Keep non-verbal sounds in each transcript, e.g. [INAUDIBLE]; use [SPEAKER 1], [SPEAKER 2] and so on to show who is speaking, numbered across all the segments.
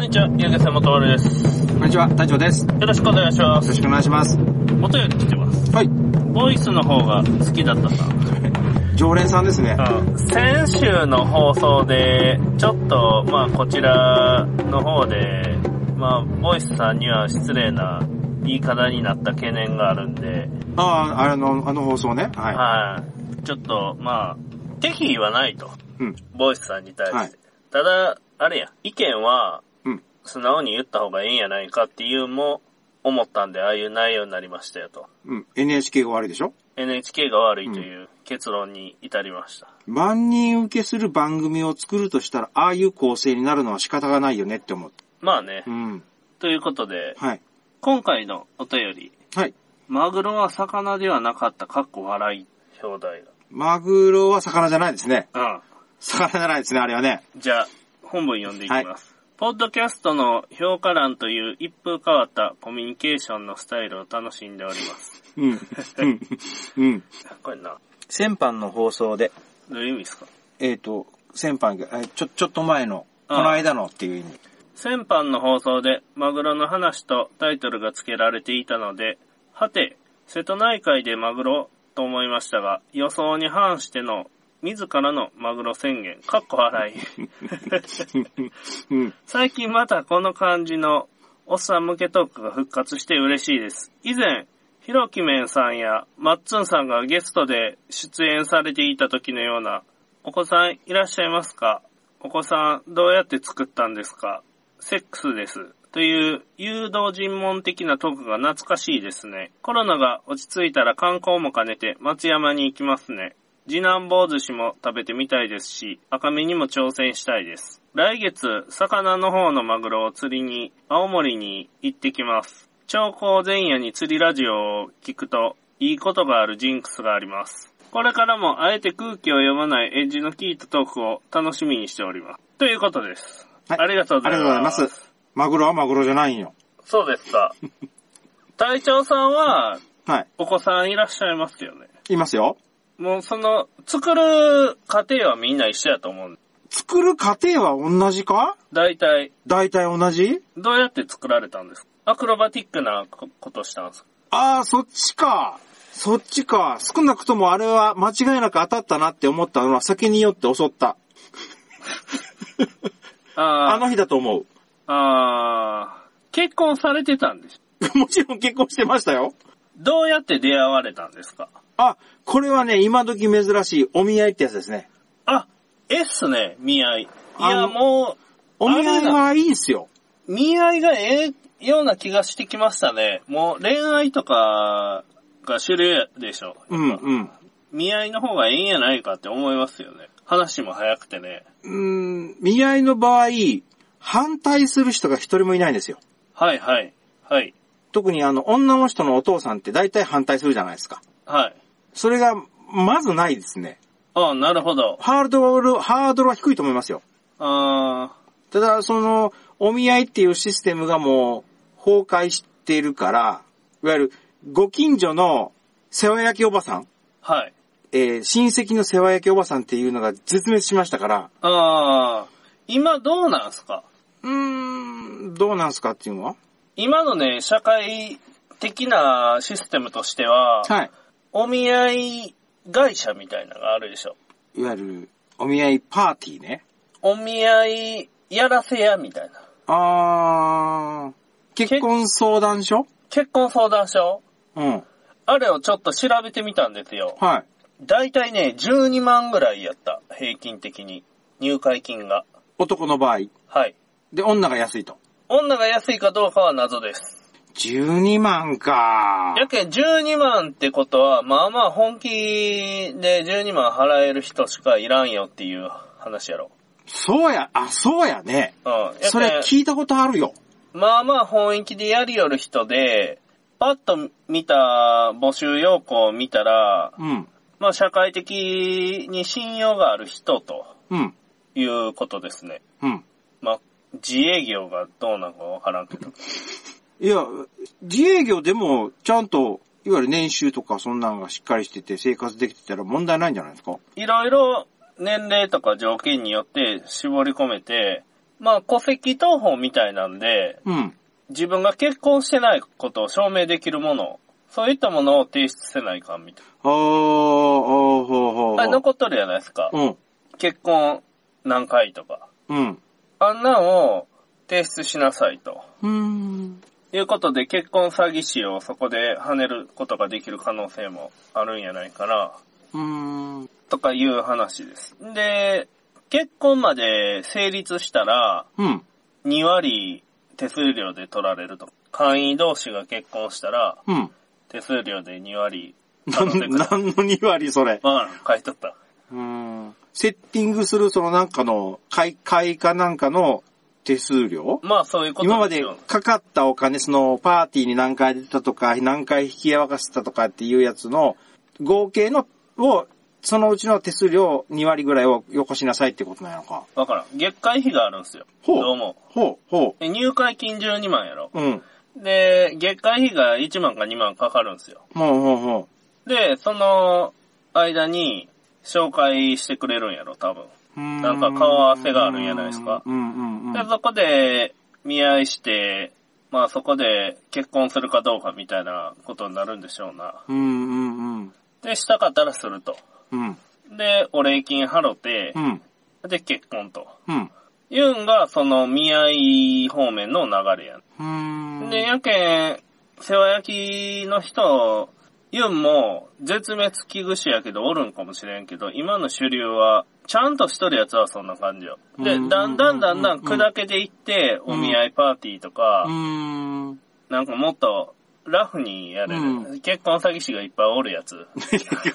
[SPEAKER 1] にちは、ゆうげさんもとわるです。
[SPEAKER 2] こんにちは、隊長です。よ
[SPEAKER 1] よろしくお願いします。
[SPEAKER 2] ろしくお願いします。
[SPEAKER 1] お便り来てます。
[SPEAKER 2] はい。
[SPEAKER 1] ボイスの方が好きだったな。
[SPEAKER 2] 常連さんですね。
[SPEAKER 1] うん先週の放送で、ちょっと、まあ、こちらの方で、まあ、ボイスさんには失礼な言い方になった懸念があるんで、
[SPEAKER 2] ああ、あの、あの放送ね。はい。
[SPEAKER 1] はい。ちょっと、まあ、敵意はないと。
[SPEAKER 2] うん。
[SPEAKER 1] ボイスさんに対して。
[SPEAKER 2] はい
[SPEAKER 1] ただ、あれや、意見は、
[SPEAKER 2] うん。
[SPEAKER 1] 素直に言った方がいいんやないかっていうも、思ったんで、ああいう内容になりましたよと。
[SPEAKER 2] うん。NHK が悪いでしょ
[SPEAKER 1] NHK が悪いという結論に至りました。
[SPEAKER 2] 万人受けする番組を作るとしたら、ああいう構成になるのは仕方がないよねって思う。
[SPEAKER 1] まあね
[SPEAKER 2] う。ん。
[SPEAKER 1] ということで、
[SPEAKER 2] はい。
[SPEAKER 1] 今回のお便り、
[SPEAKER 2] はい。
[SPEAKER 1] マグロは魚ではなかった、かっこ笑い、表題
[SPEAKER 2] マグロは魚じゃないですね。
[SPEAKER 1] が。
[SPEAKER 2] 魚じゃないですね、あれはね。
[SPEAKER 1] うん。じゃあ、本文読んでいきます。ポッドキャストの評価欄という一風変わったコミュニケーションのスタイルを楽しんでおります。
[SPEAKER 2] うん。うん。うん。
[SPEAKER 1] これな、
[SPEAKER 2] 先般の放送で、
[SPEAKER 1] どういう意味ですか
[SPEAKER 2] えっ、と、先般が、えちょ、ちょっと前の、
[SPEAKER 1] あ
[SPEAKER 2] こ
[SPEAKER 1] あ
[SPEAKER 2] の間のっていう意味。
[SPEAKER 1] 先般の放送でマグロの話とタイトルが付けられていたので、はて、瀬戸内海でマグロと思いましたが、予想に反しての自らのマグロ宣言、かっこ笑い。
[SPEAKER 2] うん。
[SPEAKER 1] 最近またこの感じのおっさん向けトークが復活して嬉しいです。以前、ひろきめんさんやまっつんさんがゲストで出演されていた時のような、お子さんいらっしゃいますかお子さんどうやって作ったんですかセックスです。という誘導尋問的なトークが懐かしいですね。コロナが落ち着いたら観光も兼ねて松山に行きますね。次男坊寿司も食べてみたいですし、赤身にも挑戦したいです。来月、魚の方のマグロを釣りに、青森に行ってきます。長考前夜に釣りラジオを聞くと、いいことがあるジンクスがあります。これからもあえて空気を読まないエッジの効いたトークを楽しみにしております。ということです。
[SPEAKER 2] はい
[SPEAKER 1] ありがとうございます。
[SPEAKER 2] ありがとうございます。マグロはマグロじゃないんよ。
[SPEAKER 1] そうです [LAUGHS] か。隊長さんは、
[SPEAKER 2] はい。
[SPEAKER 1] お子さんいらっしゃいますけどね。
[SPEAKER 2] いますよ。
[SPEAKER 1] もうその、作る過程はみんな一緒やと思う。
[SPEAKER 2] 作る過程は同じか
[SPEAKER 1] 大体、
[SPEAKER 2] 大体同じ
[SPEAKER 1] どうやって作られたんですかアクロバティックなこことしたんですか
[SPEAKER 2] ああ、そっちか。そっちか。少なくともあれは間違いなく当たったなって思ったのは先によって襲った。あ
[SPEAKER 1] あー
[SPEAKER 2] の日だと思う。 [LAUGHS]
[SPEAKER 1] あー、結婚されてたんでしょ
[SPEAKER 2] もちろん結婚してましたよ。
[SPEAKER 1] どうやって出会われたんですか
[SPEAKER 2] あ、これはね、今時珍しいお見合いってやつですね。
[SPEAKER 1] あ、えっすね、見合い。い
[SPEAKER 2] あ
[SPEAKER 1] や、
[SPEAKER 2] の
[SPEAKER 1] も
[SPEAKER 2] お見合いはいいんすよ。
[SPEAKER 1] う、見合いがええような気がしてきましたね。もう恋愛とかが主流でしょ。
[SPEAKER 2] うん、うん。
[SPEAKER 1] 見合いの方がええんやないかって思いますよね。話も早くてね。
[SPEAKER 2] うーん、見合いの場合、反対する人が一人もいないんですよ。
[SPEAKER 1] はいはい。はい。
[SPEAKER 2] 特にあの、女の人のお父さんって大体反対するじゃないですか。
[SPEAKER 1] はい。
[SPEAKER 2] それが、まずないですね。
[SPEAKER 1] ああ、なるほど。
[SPEAKER 2] ハードル、ハードルは低いと思いますよ。
[SPEAKER 1] あ
[SPEAKER 2] ただ、その、お見合いっていうシステムがもう、崩壊しているから、いわゆる、ご近所の世話焼きおばさん、
[SPEAKER 1] あ、はい。
[SPEAKER 2] えー親戚の世話焼きおばさんっていうのが絶滅しましたから、
[SPEAKER 1] ああ、今どうなんすか
[SPEAKER 2] うーん、どうなんすかっていうのは
[SPEAKER 1] 今のね、社会的なシステムとしては、
[SPEAKER 2] はい。
[SPEAKER 1] お見合い会社みたいなのがあるでしょ。
[SPEAKER 2] いわゆる、お見合いパーティーね。
[SPEAKER 1] お見合いやらせやみたいな。
[SPEAKER 2] あー、結婚相談所
[SPEAKER 1] 結婚相談所
[SPEAKER 2] うん。
[SPEAKER 1] あれをちょっと調べてみたんですよ。
[SPEAKER 2] はい。
[SPEAKER 1] だいたいね、12万ぐらいやった。平均的に。入会金が。
[SPEAKER 2] 男の場合。
[SPEAKER 1] はい。
[SPEAKER 2] で、女が安いと。
[SPEAKER 1] 女が安いかどうかは謎です。
[SPEAKER 2] 12万か
[SPEAKER 1] やけん12万ってことは、まあまあ本気で12万払える人しかいらんよっていう話やろ。
[SPEAKER 2] そうや、あ、そうやね。
[SPEAKER 1] うん。やけん
[SPEAKER 2] それ聞いたことあるよ。
[SPEAKER 1] まあまあ本気でやりよる人で、パッと見た募集要項を見たら、
[SPEAKER 2] うん。
[SPEAKER 1] まあ社会的に信用がある人と
[SPEAKER 2] うん。
[SPEAKER 1] いうことですね。
[SPEAKER 2] うん。
[SPEAKER 1] まあ、自営業がどうなのかわからんけど。
[SPEAKER 2] いや、自営業でも、ちゃんと、いわゆる年収とかそんなんがしっかりしてて生活できてたら問題ないんじゃないですか
[SPEAKER 1] いろいろ年齢とか条件によって絞り込めて、まあ、戸籍謄本みたいなんで、
[SPEAKER 2] うん。
[SPEAKER 1] 自分が結婚してないことを証明できるもの、そういったものを提出せないかんみたい
[SPEAKER 2] あー、あー、ほうほう。
[SPEAKER 1] な。あれ残っとるじゃないですか。
[SPEAKER 2] うん。
[SPEAKER 1] 結婚何回とか。
[SPEAKER 2] うん。
[SPEAKER 1] あんなんを提出しなさいと。
[SPEAKER 2] うん。
[SPEAKER 1] いうことで結婚詐欺師をそこで跳ねることができる可能性もあるんやないかな、
[SPEAKER 2] うん。
[SPEAKER 1] とかいう話です。で、結婚まで成立したら、
[SPEAKER 2] うん。
[SPEAKER 1] 2割手数料で取られると。会員同士が結婚したら、
[SPEAKER 2] うん。
[SPEAKER 1] 手数料で2割。
[SPEAKER 2] [LAUGHS] なん、
[SPEAKER 1] 取られる
[SPEAKER 2] なんの2割それ。
[SPEAKER 1] まあ、買い取った。
[SPEAKER 2] うん。セッティングするそのなんかの、買い、買いかなんかの手数料
[SPEAKER 1] まあ、そういうこと
[SPEAKER 2] 今ま
[SPEAKER 1] です
[SPEAKER 2] で
[SPEAKER 1] よ
[SPEAKER 2] かかったお金、そのパーティーに何回出たとか、何回引き合わせたとかっていうやつの、合計の、を、そのうちの手数料2割ぐらいをよこしなさいってことなのか。
[SPEAKER 1] わからん。月会費があるんですよ。
[SPEAKER 2] ほう
[SPEAKER 1] どうも。
[SPEAKER 2] ほう、ほ
[SPEAKER 1] で入会金12万やろ。
[SPEAKER 2] う。うん。
[SPEAKER 1] で、月会費が1万か2万かかるんですよ。
[SPEAKER 2] ほうほうほ
[SPEAKER 1] で、その間に紹介してくれるんやろ、多分。
[SPEAKER 2] う。うん
[SPEAKER 1] なんか顔合わせがあるんやないですか
[SPEAKER 2] うんうんうん。
[SPEAKER 1] で、そこで見合いして、まあそこで結婚するかどうかみたいなことになるんでしょうな。
[SPEAKER 2] うんうんうん。
[SPEAKER 1] で、したかったらすると。
[SPEAKER 2] うん。
[SPEAKER 1] で、お礼金払って
[SPEAKER 2] う、ん。
[SPEAKER 1] で、結婚と。
[SPEAKER 2] うん。
[SPEAKER 1] いうんが、その見合い方面の流れや
[SPEAKER 2] うん。
[SPEAKER 1] ん。で、やけん、世話焼きの人、ユンも絶滅危惧種やけどおるんかもしれんけど、今の主流は、ちゃんとしとるやつはそんな感じよ。で、
[SPEAKER 2] うん
[SPEAKER 1] だんだんだんだん砕けていって、
[SPEAKER 2] うん
[SPEAKER 1] お見合いパーティーとか [LAUGHS]
[SPEAKER 2] う、ん。 [LAUGHS] い
[SPEAKER 1] なんかもっと、ラフにやれる、
[SPEAKER 2] う
[SPEAKER 1] 結婚詐欺師がいっぱいおるやつ。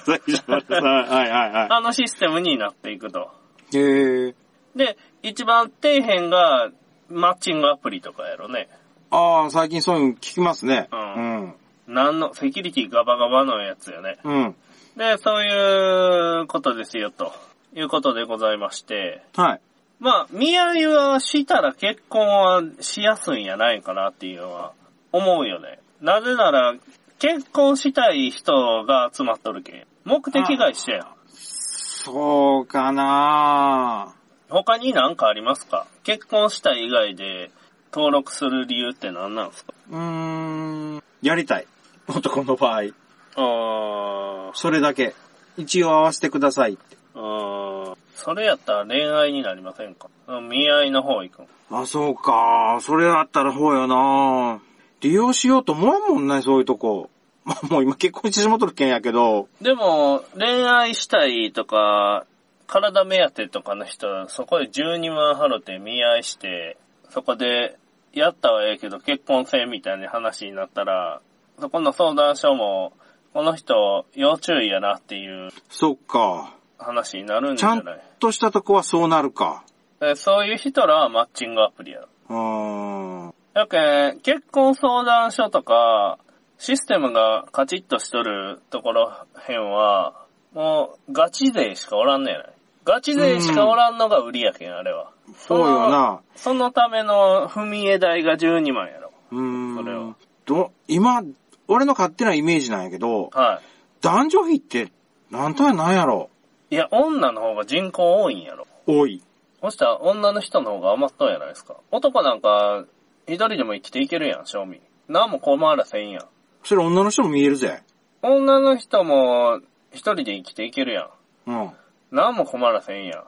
[SPEAKER 2] はいはいは
[SPEAKER 1] あのシステムになっていくと。
[SPEAKER 2] い。へえ。
[SPEAKER 1] で、一番底辺が、マッチングアプリとかやろね。
[SPEAKER 2] ああ、最近そういうの聞きますね。
[SPEAKER 1] う
[SPEAKER 2] うん。
[SPEAKER 1] なんの、セキュリティガバガバのやつよね。
[SPEAKER 2] うん。
[SPEAKER 1] で、そういうことですよ、ということでございまして。
[SPEAKER 2] はい。
[SPEAKER 1] まあ、見合いはしたら結婚はしやすいんやないかなっていうのは思うよね。なぜなら、結婚したい人が集まっとるけん。目的が一緒やん。
[SPEAKER 2] そうかな
[SPEAKER 1] 他に何かありますか結婚したい以外で登録する理由って何なんですか
[SPEAKER 2] うーん。やりたい。男の場合。
[SPEAKER 1] あ
[SPEAKER 2] それだけ。一応合わせてくださいって。
[SPEAKER 1] うーん。それやったら恋愛になりませんかうん見合いの方行くん。
[SPEAKER 2] あ、そうか。それだったらほうよな利用しようと思わんもんね、そういうとこ。 [LAUGHS] まあ、もう今結婚してしもとるけんやけど。
[SPEAKER 1] でも、恋愛したいとか、体目当てとかの人、そこで12万払って見合いして、そこで、やったはええけど結婚せんみたいな話になったら、そこの相談所も、この人、要注意やなっていう
[SPEAKER 2] そっか。
[SPEAKER 1] 話になるん
[SPEAKER 2] ち
[SPEAKER 1] じゃ
[SPEAKER 2] ゃ
[SPEAKER 1] なんい
[SPEAKER 2] としたとこはそうなるか。
[SPEAKER 1] でそういう人らはマッチングアプリや。
[SPEAKER 2] うーん。
[SPEAKER 1] やけん、結婚相談所とか、システムがカチッとしとるところへんは、もうガチ勢しかおらんねやない。ガチ勢しかおらんのが売りやけん、あれは。
[SPEAKER 2] そうよな。
[SPEAKER 1] そのための踏み絵代が12万やろ。
[SPEAKER 2] うーん。
[SPEAKER 1] それは
[SPEAKER 2] ど、今、俺の勝手なイメージなんやけど、
[SPEAKER 1] は
[SPEAKER 2] 男女比って、なんとやなんやろ。
[SPEAKER 1] い。いや、女の方が人口多いんやろ。
[SPEAKER 2] 多い。
[SPEAKER 1] そしたら女の人の方が余っとんやないですか。男なんか、一人でも生きていけるやん、正味。なんも困らせんやん。
[SPEAKER 2] それ女の人も見えるぜ。
[SPEAKER 1] 女の人も、一人で生きていけるやん。
[SPEAKER 2] うん。
[SPEAKER 1] なんも困らせんやん。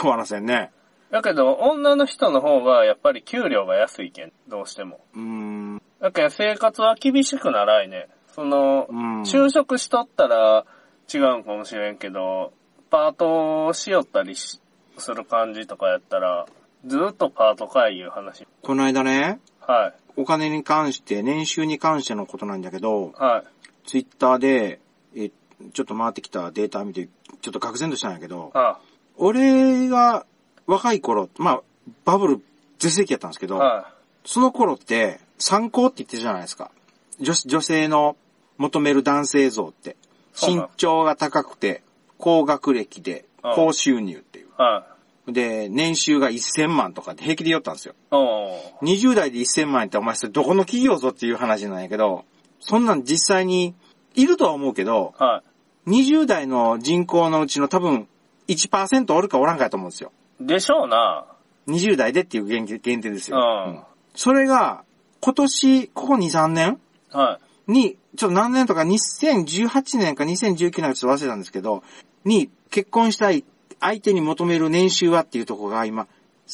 [SPEAKER 2] 困らせんね。
[SPEAKER 1] だけど、女の人の方がやっぱり給料が安いけん、どうしても。
[SPEAKER 2] うーん。
[SPEAKER 1] だけど生活は厳しくならいね。その、
[SPEAKER 2] うん
[SPEAKER 1] 就職しとったら違うんかもしれんけど、パートをしよったりしする感じとかやったら、ずっとパートかいいう話。
[SPEAKER 2] この間ね、
[SPEAKER 1] はい、
[SPEAKER 2] お金に関して、年収に関してのことなんだけど、
[SPEAKER 1] はい、
[SPEAKER 2] ツイッターで、え、ちょっと回ってきたデータ見て、ちょっと愕然としたんやけど、
[SPEAKER 1] あ、
[SPEAKER 2] 俺が若い頃、まあ、バブル全盛期やったんですけど、
[SPEAKER 1] は
[SPEAKER 2] その頃って、参考って言ってるじゃないですか。女子女性の求める男性像って。
[SPEAKER 1] そうな
[SPEAKER 2] 身
[SPEAKER 1] の
[SPEAKER 2] 長が高くて、高学歴で、
[SPEAKER 1] うん
[SPEAKER 2] 高収入っていう。
[SPEAKER 1] い、はい。
[SPEAKER 2] で、年収が1000万とかって平気で言ったんですよ。
[SPEAKER 1] おー
[SPEAKER 2] 20代で1000万円ってお前それどこの企業ぞっていう話なんやけど、そんなん実際にいるとは思うけど、
[SPEAKER 1] は
[SPEAKER 2] 20代の人口のうちの多分1%おるかおらんかやと思うんですよ。
[SPEAKER 1] い。でしょうな。
[SPEAKER 2] 20代でっていう限定限定ですよ、
[SPEAKER 1] ああ
[SPEAKER 2] うんそれが、今年、ここ2、3年
[SPEAKER 1] は
[SPEAKER 2] に、ちょっと何年とか2018年か2019年かちょっと忘れたんですけど、に結婚したい相手に求める年収はっていうところが今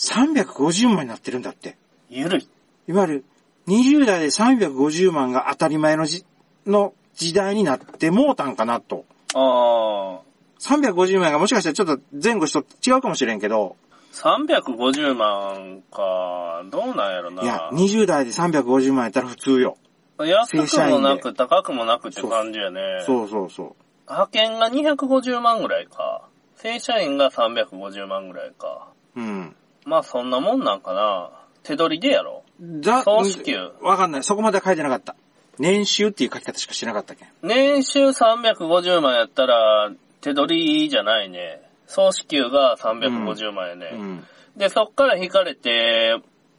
[SPEAKER 2] 350万になってるんだって。
[SPEAKER 1] い。ゆるい。
[SPEAKER 2] いわゆる20代で350万が当たり前のじ、の時代になってもうたんかなと。
[SPEAKER 1] ああ。
[SPEAKER 2] 350万がもしかしたらちょっと前後しと違うかもしれんけど、
[SPEAKER 1] 350万か、どうなんやろな。
[SPEAKER 2] いや、20代で350万やったら普通よ。
[SPEAKER 1] 安くもな
[SPEAKER 2] 正
[SPEAKER 1] く高くもなくって感じやね。
[SPEAKER 2] そうそうそう。
[SPEAKER 1] 派遣が250万ぐらいか。正社員が350万ぐらいか。
[SPEAKER 2] うん。
[SPEAKER 1] まあそんなもんなんかな。手取りでやろ。
[SPEAKER 2] だ
[SPEAKER 1] 総支給
[SPEAKER 2] わかんない。そこまでは書いてなかった。年収っていう書き方しかしてなかったっけん。
[SPEAKER 1] 年収350万やったら、手取りじゃないね。総支給が350万やね。
[SPEAKER 2] うん。
[SPEAKER 1] で、そっから引かれて、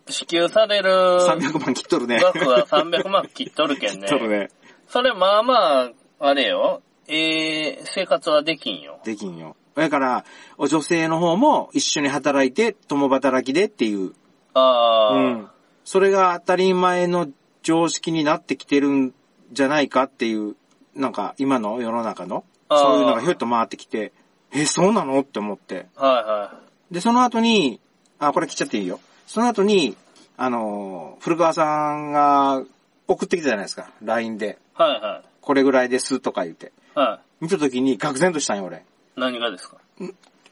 [SPEAKER 1] 支給される
[SPEAKER 2] 300万切っとるね。
[SPEAKER 1] 額は300万切っとるけん
[SPEAKER 2] 切
[SPEAKER 1] ね
[SPEAKER 2] [LAUGHS] っ。とるね。
[SPEAKER 1] それまあまあ、あれよ。ええ生活はできんよ。
[SPEAKER 2] できんよ。だから、お女性の方も一緒に働いて、共働きでっていう。
[SPEAKER 1] ああ、
[SPEAKER 2] うん。それが当たり前の常識になってきてるんじゃないかっていう、なんか今の世の中の、
[SPEAKER 1] あー
[SPEAKER 2] そういうのがひょっと回ってきて、え、そうなのって思って。
[SPEAKER 1] はいはい。
[SPEAKER 2] で、その後に、あ、これ切っちゃっていいよ。その後に、あのー、古川さんが送ってきたじゃないですか。LINE で。
[SPEAKER 1] はいは
[SPEAKER 2] これぐらいですとか言って。
[SPEAKER 1] い。は
[SPEAKER 2] 見た時に、愕然としたんよ、俺。 [LAUGHS]
[SPEAKER 1] い。何がですか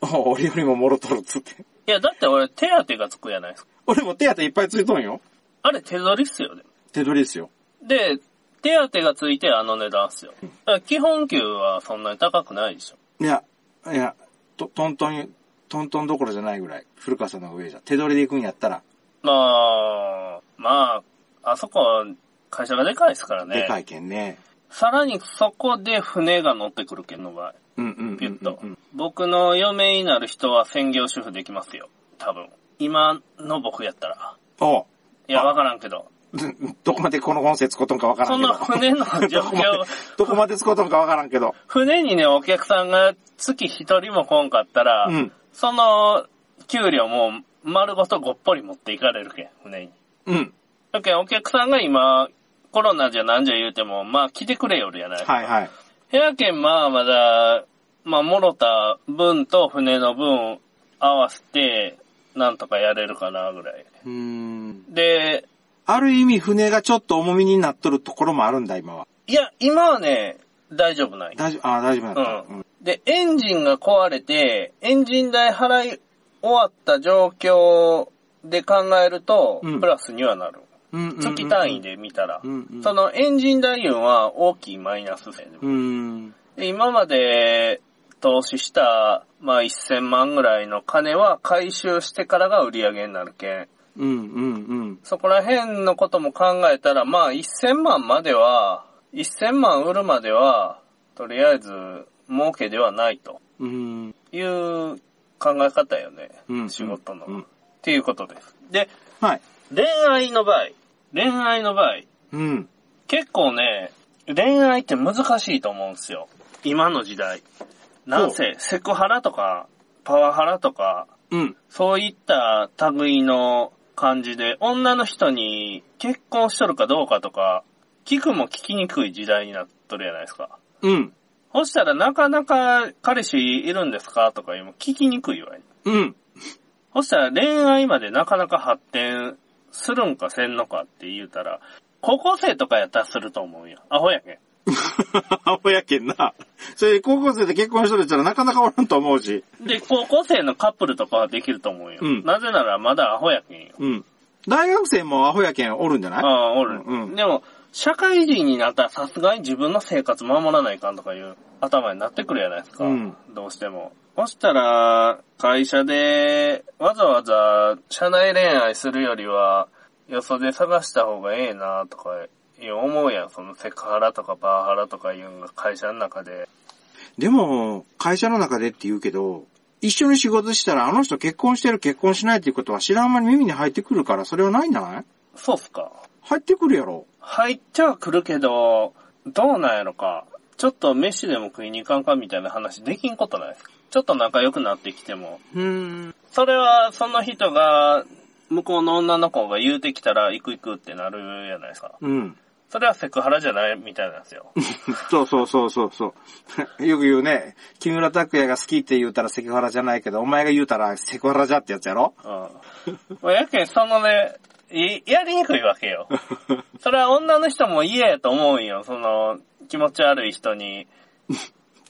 [SPEAKER 2] お俺よりももろとるっつって。
[SPEAKER 1] いや、だって俺手当てがつくやないですか。
[SPEAKER 2] 俺も手当ていっぱいついとんよ。
[SPEAKER 1] あれ手取りっすよね。
[SPEAKER 2] 手取りですよ。
[SPEAKER 1] で、手当てがついてあの値段っすよ。だから基本給はそんなに高くないでしょ。
[SPEAKER 2] いや、いや、と、トントン、トントンどころじゃないぐらい、古川さんの方が上じゃん。手取りで行くんやったら、
[SPEAKER 1] まあ、まあ、あそこ会社がでかいですからね。
[SPEAKER 2] でかいけんね。
[SPEAKER 1] さらにそこで船が乗ってくるけんの場合。
[SPEAKER 2] うんうんうんうんうん。
[SPEAKER 1] ピュッと。僕の嫁になる人は専業主婦できますよ。多分。今の僕やったら。
[SPEAKER 2] おう
[SPEAKER 1] いや、
[SPEAKER 2] あ
[SPEAKER 1] わからんけど。
[SPEAKER 2] うんどこまでこの音声使うとんかわから
[SPEAKER 1] そ
[SPEAKER 2] んけ
[SPEAKER 1] の
[SPEAKER 2] ど。
[SPEAKER 1] 船の状
[SPEAKER 2] どこまで
[SPEAKER 1] 況、、
[SPEAKER 2] [LAUGHS] どこまで使うとんかわからんけど。
[SPEAKER 1] 船にね、お客さんが月一人も来んかったら、
[SPEAKER 2] うん。
[SPEAKER 1] その、給料もう丸ごとごっぽり持っていかれるけん、船に。
[SPEAKER 2] うん。
[SPEAKER 1] だけんお客さんが今、コロナじゃなんじゃ言うても、まあ来てくれよるやない。
[SPEAKER 2] はいはい。
[SPEAKER 1] 部屋券まあまだ、まあもろた分と船の分合わせて、なんとかやれるかな、ぐらい。
[SPEAKER 2] うーん。
[SPEAKER 1] で、
[SPEAKER 2] ある意味船がちょっと重みになっとるところもあるんだ、今は。
[SPEAKER 1] いや、今はね、大丈夫ない。
[SPEAKER 2] 大丈夫、あー大丈夫だった。
[SPEAKER 1] う
[SPEAKER 2] うん。
[SPEAKER 1] で、エンジンが壊れて、エンジン代払い終わった状況で考えると、
[SPEAKER 2] うん
[SPEAKER 1] プラスにはなる。
[SPEAKER 2] うんうんうん
[SPEAKER 1] 月単位。で見たら
[SPEAKER 2] う。んうん。
[SPEAKER 1] そのエンジン代運は大きいマイナス線
[SPEAKER 2] うーん。
[SPEAKER 1] で今まで投資した、まあ、1000万ぐらいの金は回収してからが売り上げになるけん。
[SPEAKER 2] うんうんうん。
[SPEAKER 1] そこら辺のことも考えたら、まあ、1000万までは、1000万売るまでは、とりあえず、儲けではないと
[SPEAKER 2] うーん。
[SPEAKER 1] いう考え方よね。
[SPEAKER 2] うん
[SPEAKER 1] 仕事の、
[SPEAKER 2] うんうん
[SPEAKER 1] っていうことです。で、
[SPEAKER 2] はい。
[SPEAKER 1] 恋愛の場合、恋愛の場合、
[SPEAKER 2] うん。
[SPEAKER 1] 結構ね、恋愛って難しいと思うんですよ。今の時代。なんせ、セクハラとか、パワハラとか、
[SPEAKER 2] うん。
[SPEAKER 1] そういった類の感じで、女の人に結婚しとるかどうかとか、聞くも聞きにくい時代になっとるじゃないですか。
[SPEAKER 2] うん。
[SPEAKER 1] そしたらなかなか彼氏いるんですかとかいうのも聞きにくいわ。
[SPEAKER 2] うん。
[SPEAKER 1] そしたら恋愛までなかなか発展するんかせんのかって言うたら、高校生とかやったらすると思うよ。アホやけん。
[SPEAKER 2] アホやけんな。それで高校生で結婚しとるやつらなかなかおらんと思うし。
[SPEAKER 1] で、高校生のカップルとかはできると思うよ。
[SPEAKER 2] うん
[SPEAKER 1] なぜならまだアホやけんよ。
[SPEAKER 2] うん。大学生もアホやけんおるんじゃない
[SPEAKER 1] ああ、おる。
[SPEAKER 2] うんうん
[SPEAKER 1] でも、社会人になったらさすがに自分の生活守らないかんとかいう頭になってくるじゃないですか。
[SPEAKER 2] うん
[SPEAKER 1] どうしても。そしたら、会社でわざわざ社内恋愛するよりは、よそで探した方がええなとか思うやん。そのセクハラとかパワハラとかいうんが会社の中で。
[SPEAKER 2] でも、会社の中でって言うけど、一緒に仕事したらあの人結婚してる結婚しないっていうことは知らん間に耳に入ってくるからそれはないんじゃない
[SPEAKER 1] そうっすか。
[SPEAKER 2] 入ってくるやろ。
[SPEAKER 1] 入ってはくるけど、どうなんやろか。ちょっと飯でも食いに行かんかみたいな話できんことないですかちょっと仲良くなってきても、
[SPEAKER 2] うーん。
[SPEAKER 1] それはその人が、向こうの女の子が言うてきたら、行く行くってなるじゃないですか。
[SPEAKER 2] うん。
[SPEAKER 1] それはセクハラじゃないみたいなんですよ。
[SPEAKER 2] そうそうそうそうそう。 [LAUGHS] よく言うね、木村拓哉が好きって言うたらセクハラじゃないけど、お前が言うたらセクハラじゃってやつやろ [LAUGHS]
[SPEAKER 1] うん。まあやけん、そのね、いやりにくいわけよ。それは女の人も嫌やと思うんよ。その、気持ち悪い人に、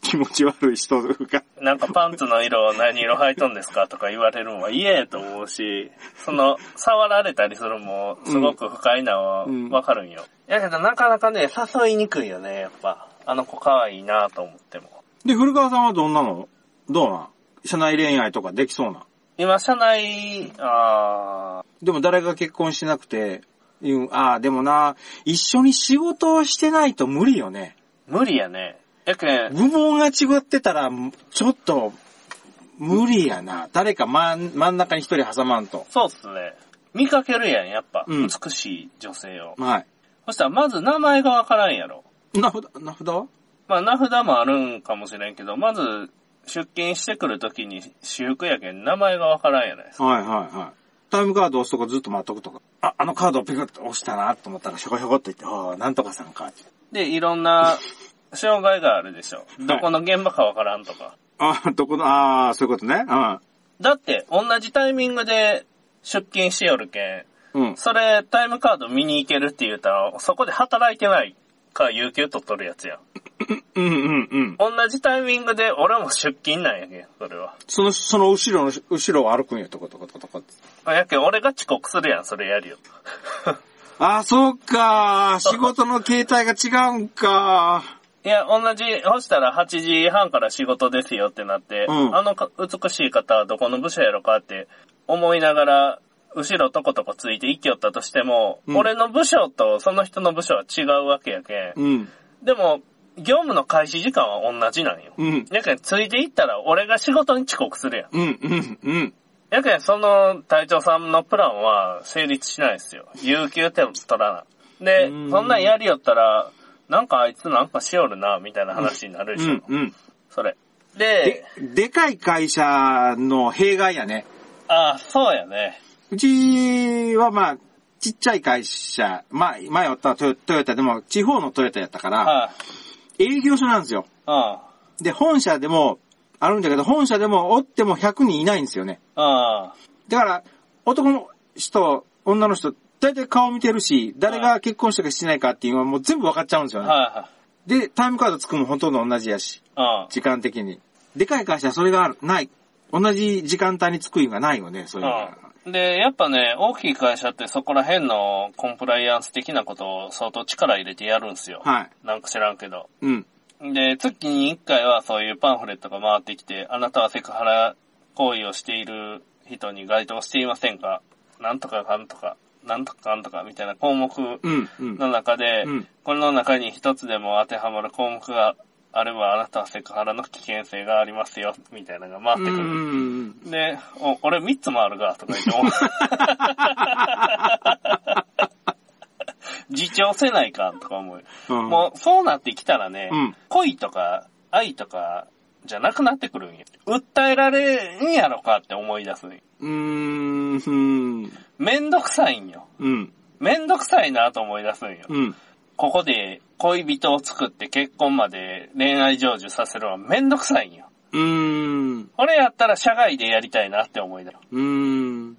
[SPEAKER 2] 気持ち悪い人が。
[SPEAKER 1] なんかパンツの色何色履いとんですかとか言われるのは嫌やと思うし、その、触られたりするのもすごく不快なのは
[SPEAKER 2] うん
[SPEAKER 1] わかるんよ。やけどなかなかね、誘いにくいよね、やっぱ。あの子可愛いなと思っても。
[SPEAKER 2] で、古川さんはどんなのどうなん社内恋愛とかできそうなん
[SPEAKER 1] 今、社内、あ
[SPEAKER 2] でも誰が結婚してなくて、言う、ああ、でもな、一緒に仕事をしてないと無理よね。
[SPEAKER 1] ー、無理やね。やけん、
[SPEAKER 2] 部門が違ってたら、ちょっと、無理やな。誰か真ん真ん中に一人挟まんと。
[SPEAKER 1] そうっすね。見かけるやん、やっぱ。
[SPEAKER 2] うん
[SPEAKER 1] 美しい女性を。
[SPEAKER 2] はい。
[SPEAKER 1] そしたら、まず名前がわからんやろ。
[SPEAKER 2] 名札、名札は
[SPEAKER 1] まあ、名札もあるんかもしれんけど、まず、出勤してくるときに私服やけん、名前がわからんやないですか。
[SPEAKER 2] はいはいはい。タイムカード押すとこずっと待っとくとか。あ、あのカードをピクッと押したなと思ったら、ひょこひょこっと言って、ああ、なんとかさんかって。
[SPEAKER 1] で、いろんな、障害があるでしょ。どこの現場かわからんとか。
[SPEAKER 2] ああ、どこの、ああ、そういうことね。
[SPEAKER 1] だって、同じタイミングで出勤してよるけん、
[SPEAKER 2] うん。うん。
[SPEAKER 1] それ、タイムカード見に行けるって言うたら、そこで働いてないから有給取っとるやつやん。
[SPEAKER 2] うんうんうん。
[SPEAKER 1] 同じタイミングで俺も出勤なんやけん、それは。
[SPEAKER 2] その、その後ろの、後ろを歩くんや、とことことこと。
[SPEAKER 1] あやけん俺が遅刻するやん、それやるよ。
[SPEAKER 2] ああ、そうかー。仕事の形態が違うんか
[SPEAKER 1] いや、同じ、そしたら8時半から仕事ですよってなって、
[SPEAKER 2] うん
[SPEAKER 1] あのか美しい方はどこの部署やろかって思いながら、後ろとことこついて行きよったとしても、
[SPEAKER 2] うん
[SPEAKER 1] 俺の部署とその人の部署は違うわけやけ
[SPEAKER 2] ー。うん。
[SPEAKER 1] ん。でも、業務の開始時間は同じなんよ。
[SPEAKER 2] うん。
[SPEAKER 1] やけん、ついて行ったら俺が仕事に遅刻するやん。
[SPEAKER 2] うん、うん、うん。
[SPEAKER 1] やけん、その隊長さんのプランは成立しないですよ。有給手も取らない。で
[SPEAKER 2] うー、ん
[SPEAKER 1] そんなんやりよったら、なんかあいつなんかしよるな、みたいな話になるで
[SPEAKER 2] う
[SPEAKER 1] しょ。
[SPEAKER 2] ん、うん。
[SPEAKER 1] それ。
[SPEAKER 2] で
[SPEAKER 1] で、、
[SPEAKER 2] でかい会社の弊害やね。
[SPEAKER 1] ああ、そうやね。
[SPEAKER 2] うちはまあ、ちっちゃい会社、まあ、前おったトヨトヨタでも、地方のトヨタやったから、
[SPEAKER 1] はい。
[SPEAKER 2] 営業所なんですよ。
[SPEAKER 1] あ
[SPEAKER 2] で、本社でも、あるんだけど、本社でもおっても100人いないんですよね。
[SPEAKER 1] あ、ああ、
[SPEAKER 2] だから、男の人、女の人、大体顔見てるし、誰が結婚したかしてないかっていうのはもう全部分かっちゃうんですよね。
[SPEAKER 1] はいはい。
[SPEAKER 2] で、タイムカードつくのもほとんど同じやし、
[SPEAKER 1] あ
[SPEAKER 2] 時間的に。でかい会社はそれがあるない。同じ時間帯につく意味がないよね、そういうの
[SPEAKER 1] あ
[SPEAKER 2] が。、
[SPEAKER 1] うん。で、やっぱね、大きい会社ってそこら辺のコンプライアンス的なことを相当力入れてやるんすよ。
[SPEAKER 2] はい。
[SPEAKER 1] なんか知らんけど。
[SPEAKER 2] うん。
[SPEAKER 1] で、月に1回はそういうパンフレットが回ってきて、あなたはセクハラ行為をしている人に該当していませんかなんとかかんとか、なんとかかんとかみたいな項目
[SPEAKER 2] うん。うん。
[SPEAKER 1] の中で、
[SPEAKER 2] うん
[SPEAKER 1] この中に一つでも当てはまる項目があればあなたはセクハラの危険性がありますよ、みたいなのが回ってくる。
[SPEAKER 2] うん。
[SPEAKER 1] で、お、俺3つもあるが、とか言って思う、自重せないか、とか思う。
[SPEAKER 2] うん
[SPEAKER 1] もう、そうなってきたらね、
[SPEAKER 2] うん
[SPEAKER 1] 恋とか愛とかじゃなくなってくるんよ。訴えられんやろかって思い出すんよ
[SPEAKER 2] うーん。
[SPEAKER 1] めんどくさいんよ。
[SPEAKER 2] うん。
[SPEAKER 1] めんどくさいなと思い出すんよ。
[SPEAKER 2] うん。
[SPEAKER 1] ここで恋人を作って結婚まで恋愛成就させるのはめんどくさいんよ。
[SPEAKER 2] うーん。
[SPEAKER 1] これやったら社外でやりたいなって思い出る。
[SPEAKER 2] うーん。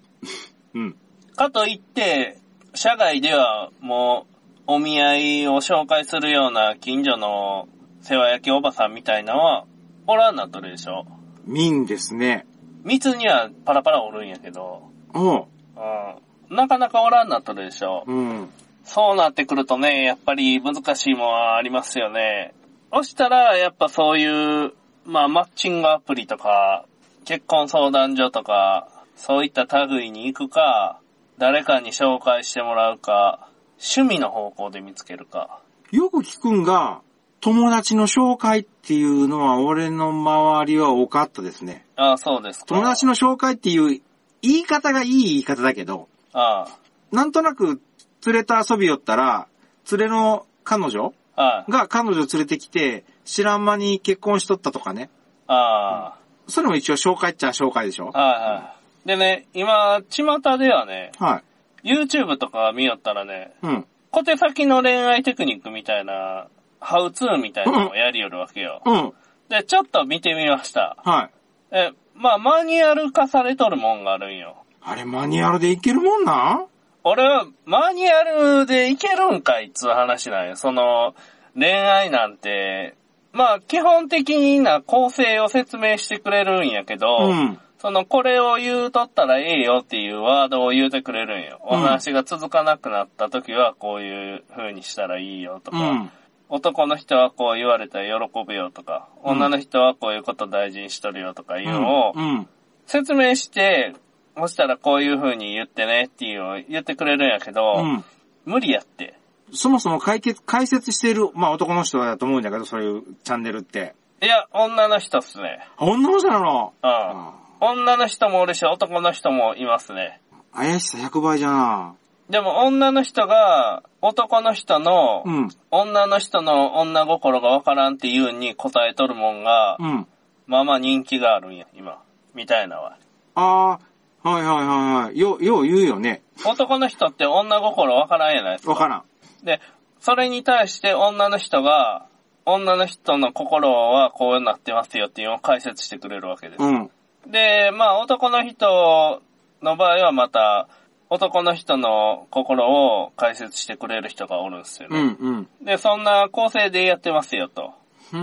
[SPEAKER 2] うん。
[SPEAKER 1] かといって、社外ではもう、お見合いを紹介するような近所の世話焼きおばさんみたいなのは、おらんなっとるでしょ。
[SPEAKER 2] 民ですね。
[SPEAKER 1] 密にはパラパラおるんやけど、
[SPEAKER 2] おう。
[SPEAKER 1] うん。なかなかおらんなっとるでしょ。
[SPEAKER 2] うん。
[SPEAKER 1] そうなってくるとね、やっぱり難しいもんはありますよね。そしたら、やっぱそういう、まあ、マッチングアプリとか、結婚相談所とか、そういった類に行くか、誰かに紹介してもらうか、趣味の方向で見つけるか。
[SPEAKER 2] よく聞くんが、友達の紹介っていうのは俺の周りは多かったですね。
[SPEAKER 1] ああ、そうですか。
[SPEAKER 2] 友達の紹介っていう言い方がいい言い方だけど、
[SPEAKER 1] あ
[SPEAKER 2] なんとなく連れと遊び寄ったら、連れの彼女
[SPEAKER 1] あ、ああ、
[SPEAKER 2] が彼女連れてきて、知らん間に結婚しとったとかね。
[SPEAKER 1] ああ、
[SPEAKER 2] それも一応紹介っちゃ紹介でしょ
[SPEAKER 1] はいはい。でね、今、巷ではね、
[SPEAKER 2] はい。
[SPEAKER 1] YouTube とか見よったらね、
[SPEAKER 2] うん。
[SPEAKER 1] 小手先の恋愛テクニックみたいな、ハウツーみたいなのをやりよるわけよ。
[SPEAKER 2] うん。
[SPEAKER 1] で、ちょっと見てみました。
[SPEAKER 2] はい。
[SPEAKER 1] え、まあ、マニュアル化されとるもんがあるんよ。
[SPEAKER 2] あれマニュアルでいけるもんなん
[SPEAKER 1] 俺は、マニュアルでいけるんかいっつう話なんよ。その、恋愛なんて、まあ、基本的な構成を説明してくれるんやけど、
[SPEAKER 2] うん。
[SPEAKER 1] その、これを言うとったらええよっていうワードを言うてくれるんよ。
[SPEAKER 2] うん
[SPEAKER 1] お話が続かなくなった時はこういう風にしたらいいよと
[SPEAKER 2] う
[SPEAKER 1] か、
[SPEAKER 2] ん。
[SPEAKER 1] 男の人はこう言われたら喜ぶよとか、
[SPEAKER 2] うん
[SPEAKER 1] 女の人はこういうこと大事にしとるよとかいうのを
[SPEAKER 2] うん。
[SPEAKER 1] 説明して、そしたらこういう風に言ってねっていうのを言ってくれるんやけど、
[SPEAKER 2] うん。
[SPEAKER 1] 無理やって。
[SPEAKER 2] そもそも解決、解説している、まあ男の人だと思うんだけど、そういうチャンネルって。
[SPEAKER 1] いや、女の人っすね。
[SPEAKER 2] あ女の人なの
[SPEAKER 1] うん。
[SPEAKER 2] あ
[SPEAKER 1] 女の人もおるし、男の人もいますね。
[SPEAKER 2] 怪しさ100倍じゃな。
[SPEAKER 1] でも女の人が男の人の、
[SPEAKER 2] うん。
[SPEAKER 1] 女の人の女心がわからんっていうんに答えとるもんが、
[SPEAKER 2] うん。
[SPEAKER 1] まあまあ人気があるんや、今。みたいなわ。
[SPEAKER 2] ああ、はいはいはいはい。よ、よう言うよね。
[SPEAKER 1] 男の人って女心わからんやないですか。
[SPEAKER 2] わからん。
[SPEAKER 1] で、それに対して女の人が、女の人の心はこうなってますよっていうのを解説してくれるわけです。
[SPEAKER 2] うん。
[SPEAKER 1] で、まあ男の人の場合はまた、男の人の心を解説してくれる人がおるんですよ
[SPEAKER 2] う
[SPEAKER 1] ね。
[SPEAKER 2] ん、うん。
[SPEAKER 1] で、そんな構成でやってますよと。
[SPEAKER 2] ふー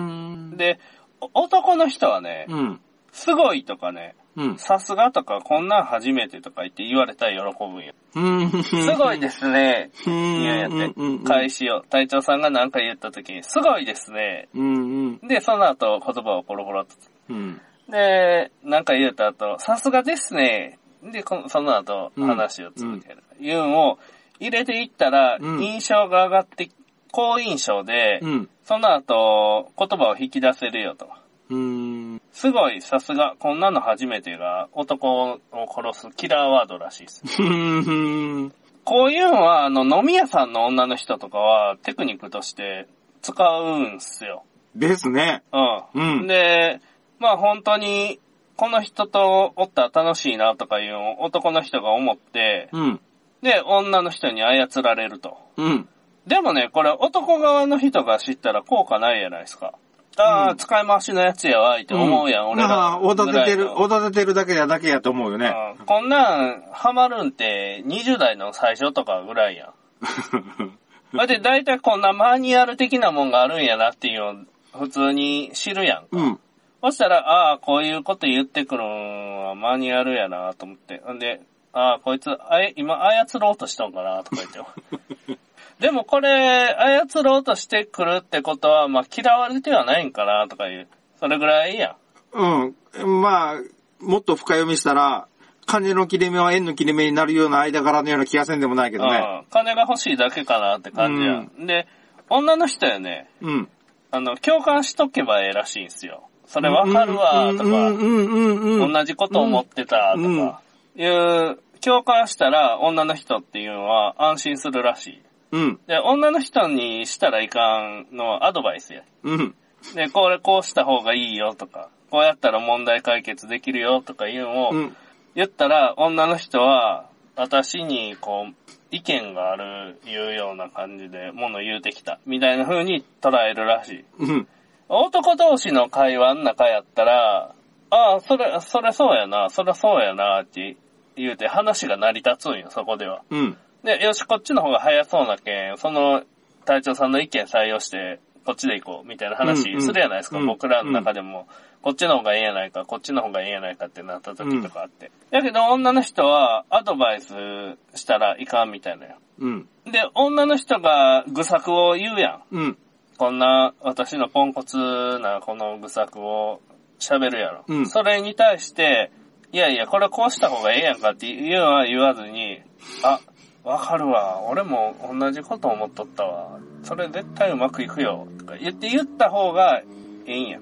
[SPEAKER 2] ん。
[SPEAKER 1] で、お男の人はね、
[SPEAKER 2] うん。
[SPEAKER 1] すごいとかね、
[SPEAKER 2] うん。
[SPEAKER 1] さすがとかこんなん初めてとか言って言われたら喜ぶんよ。
[SPEAKER 2] うん。す。
[SPEAKER 1] すごいですすね。
[SPEAKER 2] うん。
[SPEAKER 1] いややっ
[SPEAKER 2] うんうんうん
[SPEAKER 1] て、返しを。隊長さんが何か言った時に、すごいですね。
[SPEAKER 2] うんうん。
[SPEAKER 1] で、その後言葉をボロボロと。
[SPEAKER 2] うん。
[SPEAKER 1] で、何か言った後、さすがですね。で、このその後話を続ける。いうんを入れていったら、
[SPEAKER 2] うん
[SPEAKER 1] 印象が上がって、好印象で、
[SPEAKER 2] うん。
[SPEAKER 1] その後言葉を引き出せるよと。
[SPEAKER 2] うん。
[SPEAKER 1] すごい、さすが、こんなの初めてが男を殺すキラーワードらしいです。
[SPEAKER 2] うん。
[SPEAKER 1] こういうのは、あの、飲み屋さんの女の人とかはテクニックとして使うんすよ。
[SPEAKER 2] [LAUGHS] ですね。
[SPEAKER 1] う。
[SPEAKER 2] うんん
[SPEAKER 1] で、まあ本当に、この人とおったら楽しいなとかいうのを男の人が思って、
[SPEAKER 2] うん。
[SPEAKER 1] で、女の人に操られると。
[SPEAKER 2] うん。
[SPEAKER 1] でもね、これ男側の人が知ったら効果ないじゃないですか。ああ、
[SPEAKER 2] うん
[SPEAKER 1] 使い回しのやつやわ、いって思うやん、俺
[SPEAKER 2] あ
[SPEAKER 1] ら
[SPEAKER 2] [LAUGHS] あ、おだ
[SPEAKER 1] ぐ
[SPEAKER 2] て
[SPEAKER 1] ら
[SPEAKER 2] て
[SPEAKER 1] いの。
[SPEAKER 2] る、おだててるだけやだけやと思うよね。
[SPEAKER 1] うんこんなん、ハマるんって、20代の最初とかぐらいやん。だって大体こんなマニュアル的なもんがあるんやなっていうのを普通に知るやん。
[SPEAKER 2] [LAUGHS] うん。
[SPEAKER 1] そしたら、ああ、こういうこと言ってくるんはマニュアルやなと思って。んで、ああ、こいつ、あえ、今操ろうとしたんかなとか言って。
[SPEAKER 2] [LAUGHS]
[SPEAKER 1] でもこれ、操ろうとしてくるってことは、まあ嫌われてはないんかなとかいう。それぐらいやん。
[SPEAKER 2] うん。まあ、もっと深読みしたら、金の切れ目は円の切れ目になるような間柄のような気がせんでもないけどね。
[SPEAKER 1] うん金が欲しいだけかなって感じやん。で、女の人やね、
[SPEAKER 2] うん。
[SPEAKER 1] あの、共感しとけばええらしいんすよ。それわかるわと
[SPEAKER 2] うん
[SPEAKER 1] か、
[SPEAKER 2] うんうんうんうん。
[SPEAKER 1] 同じこと思ってたと
[SPEAKER 2] うん
[SPEAKER 1] か、いう、共感したら女の人っていうのは安心するらしい。
[SPEAKER 2] うん。
[SPEAKER 1] で、女の人にしたらいかんのアドバイスや。
[SPEAKER 2] うん。
[SPEAKER 1] で、これこうした方がいいよとか、こうやったら問題解決できるよとかいうのを、
[SPEAKER 2] うん。
[SPEAKER 1] 言ったら、女の人は、私に、こう、意見がある、いうような感じで、もの言うてきた、みたいな風に捉えるらしい。
[SPEAKER 2] うん。
[SPEAKER 1] 男同士の会話の中やったら、ああ、それ、それそうやな、それそうやな、って言うて話が成り立つんよ、そこでは。
[SPEAKER 2] うん。
[SPEAKER 1] で、よし、こっちの方が早そうなけん、その、隊長さんの意見採用して、こっちで行こう、みたいな話
[SPEAKER 2] うんうん
[SPEAKER 1] するやないですか、
[SPEAKER 2] うん
[SPEAKER 1] 僕らの中でも。こっちの方がいいやないか、こっちの方がいいやないかってなった時とかあって。だけど、女の人は、アドバイスしたらいかんみたいなよ。
[SPEAKER 2] うん。
[SPEAKER 1] で、女の人が愚策を言うやん。
[SPEAKER 2] うん。
[SPEAKER 1] こんな、私のポンコツなこの愚策を喋るやろ。
[SPEAKER 2] うん
[SPEAKER 1] それに対して、いやいや、これこうした方がええやんかっていうのは言わずに、あ、わかるわ。俺も同じこと思っとったわ。それ絶対うまくいくよ。とか言って言った方がええんや。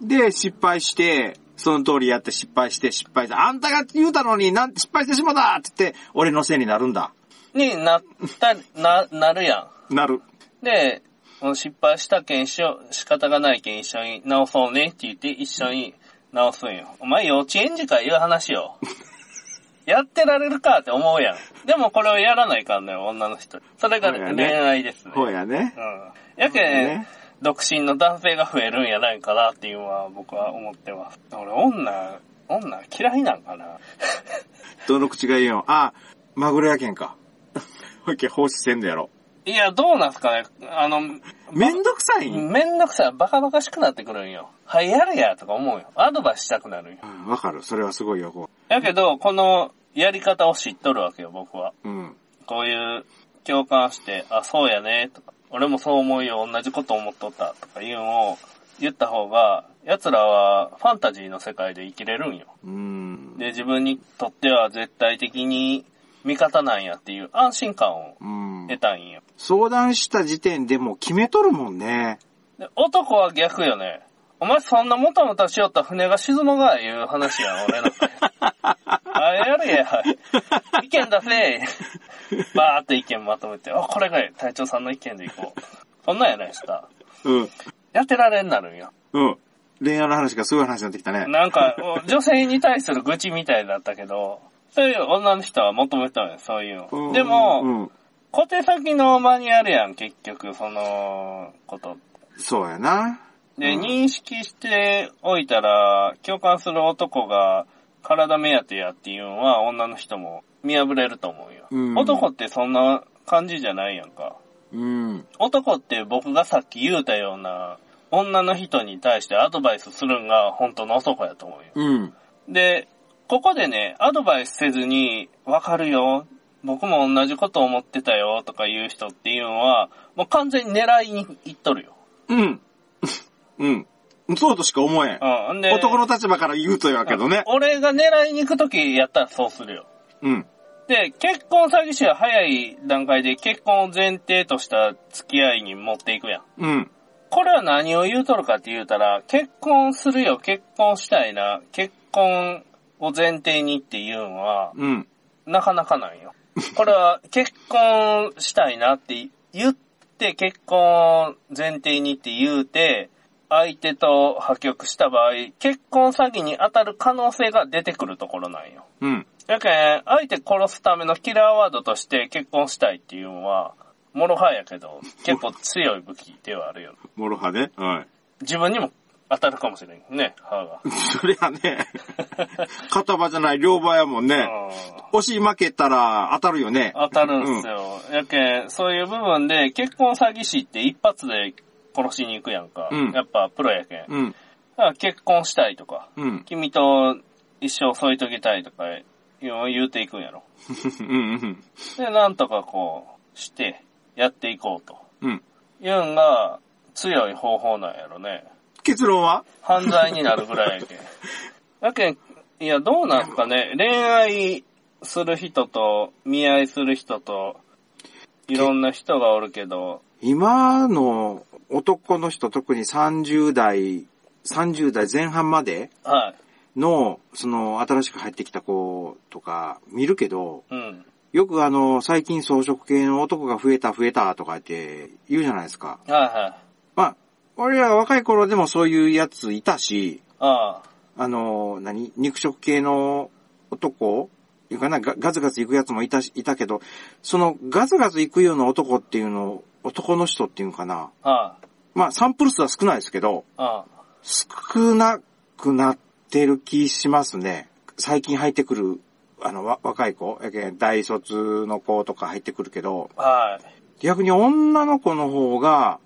[SPEAKER 2] で、失敗して、その通りやって失敗して失敗して、あんたが言うたのになんて失敗してしまったって言って、俺のせいになるんだ。
[SPEAKER 1] になった、な、なるや
[SPEAKER 2] なる。
[SPEAKER 1] ん。で、もう失敗したけん一緒、仕方がないけん一緒に直そうねって言って一緒に直すんよ。お前幼稚園児かいう話よ。 [LAUGHS] やってられるかって思うやん。でもこれをやらないかんのよ、女の人。それが
[SPEAKER 2] そうや
[SPEAKER 1] 恋
[SPEAKER 2] ね
[SPEAKER 1] 愛ですね。
[SPEAKER 2] ほうやね
[SPEAKER 1] う。ん。やけ、
[SPEAKER 2] ね
[SPEAKER 1] 独身の男性が増えるんやないかなっていうのは僕は思ってます。俺女、女嫌いなんかな。
[SPEAKER 2] どの口がいいよ。あ、マグロやけんか。 [LAUGHS] ほいけ、放出せんのやろ。
[SPEAKER 1] いや、どうなんすかね。あの、
[SPEAKER 2] めんどくさいん
[SPEAKER 1] めんどくさい、バカバカしくなってくるんよ。はい、やれや、とか思うよ。アドバイスしたくなるんよ。
[SPEAKER 2] うんわかる。それはすごいよ、こ
[SPEAKER 1] やけど、このやり方を知っとるわけよ、僕は。
[SPEAKER 2] う。うん。
[SPEAKER 1] こういう、共感して、あ、そうやね、とか、俺もそう思うよ、同じこと思っとった、とかいうのを言った方が、奴らはファンタジーの世界で生きれるんよ。
[SPEAKER 2] うーん。
[SPEAKER 1] で、自分にとっては絶対的に味方なんやっていう安心感を
[SPEAKER 2] うん。
[SPEAKER 1] 得たんよ。
[SPEAKER 2] 相談した時点でもう決めとるもんね。
[SPEAKER 1] で、男は逆よね。お前そんなもたもたしよったら船が沈むが、いう話やん、俺の。
[SPEAKER 2] [LAUGHS]
[SPEAKER 1] あ、やれや。意見だせ。バーって意見まとめて、あ、これがいい隊長さんの意見でいこう。そんなんやないした。
[SPEAKER 2] うん。
[SPEAKER 1] やってられんなるんよ。
[SPEAKER 2] うん。恋愛の話がすごい話になってきたね。
[SPEAKER 1] なんか、女性に対する愚痴みたいだったけど、そういう女の人は求めたのよ、そういう
[SPEAKER 2] う
[SPEAKER 1] の。
[SPEAKER 2] ん
[SPEAKER 1] でも、
[SPEAKER 2] うん。
[SPEAKER 1] 小手先のマニュアルやん、結局、その、こと。
[SPEAKER 2] そうやな。
[SPEAKER 1] で、
[SPEAKER 2] うん
[SPEAKER 1] 認識しておいたら、共感する男が体目当てやっていうのは女の人も見破れると思うよ。
[SPEAKER 2] うん
[SPEAKER 1] 男ってそんな感じじゃないやんか。
[SPEAKER 2] うん。
[SPEAKER 1] 男って僕がさっき言うたような、女の人に対してアドバイスするんが本当の男やと思うよ。
[SPEAKER 2] うん。
[SPEAKER 1] で、ここでね、アドバイスせずに、わかるよ、僕も同じこと思ってたよ、とか言う人っていうのは、もう完全に狙いにいっとるよ。
[SPEAKER 2] うん。 [LAUGHS] うん。そうとしか思えん。
[SPEAKER 1] うん。んで、
[SPEAKER 2] 男の立場から言うとやけどね。
[SPEAKER 1] 俺が狙いに行くときやったらそうするよ。
[SPEAKER 2] うん。
[SPEAKER 1] で、結婚詐欺師は早い段階で結婚を前提とした付き合いに持っていくやん。
[SPEAKER 2] うん。
[SPEAKER 1] これは何を言うとるかって言うたら、結婚するよ、結婚したいな、結婚を前提にっていうのは、
[SPEAKER 2] うん。
[SPEAKER 1] なかなかなんよ。これは結婚したいなって言って、結婚前提にって言うて、相手と破局した場合、結婚詐欺に当たる可能性が出てくるところなんよ。
[SPEAKER 2] うん。
[SPEAKER 1] やけん、相手殺すためのキラーワードとして結婚したいっていうのは、もろはやけど、結構強い武器ではあるよ。
[SPEAKER 2] もろはね。はい。 [LAUGHS]
[SPEAKER 1] 自分にも当たるかもしれんね、歯が。
[SPEAKER 2] そり
[SPEAKER 1] [LAUGHS]
[SPEAKER 2] ゃね、片場じゃない両場やもんね。
[SPEAKER 1] うん
[SPEAKER 2] 押し負けたら当たるよね。
[SPEAKER 1] 当たるんですよ。やけん、そういう部分で、結婚詐欺師って一発で殺しに行くやんか。
[SPEAKER 2] うん
[SPEAKER 1] やっぱプロやけん。だか
[SPEAKER 2] うん。
[SPEAKER 1] ら結婚したいとか、
[SPEAKER 2] うん。
[SPEAKER 1] 君と一生添い遂げたいとか言うていくんやろ。
[SPEAKER 2] うん。うん。
[SPEAKER 1] で、なんとかこう、して、やっていこうと。
[SPEAKER 2] うん。
[SPEAKER 1] いうんが、強い方法なんやろね。
[SPEAKER 2] 結論は
[SPEAKER 1] 犯罪になるぐらいやけん。やけん、いや、どうなんすかね。恋愛する人と、見合いする人と、いろんな人がおるけど、
[SPEAKER 2] 今の男の人、特に30代、30代前半まで
[SPEAKER 1] は
[SPEAKER 2] の、その、新しく入ってきた子とか見るけど、
[SPEAKER 1] い。うん。
[SPEAKER 2] よくあの、最近装飾系の男が増えた増えたとかって言うじゃないですか。
[SPEAKER 1] はいはい。
[SPEAKER 2] まあ、俺ら若い頃でもそういうやついたし、
[SPEAKER 1] あ
[SPEAKER 2] あの、何肉食系の男いうかなガガツガツ行くやつもいたし、いたけど、そのガツガツ行くような男っていうのを、男の人っていうのかな。
[SPEAKER 1] あ、あ
[SPEAKER 2] まあ、サンプル数は少ないですけど、
[SPEAKER 1] あ、ああ。
[SPEAKER 2] 少なくなってる気しますね。最近入ってくる、あの、わ若い子、やけん大卒の子とか入ってくるけど、
[SPEAKER 1] はい。
[SPEAKER 2] 逆に女の子の方が、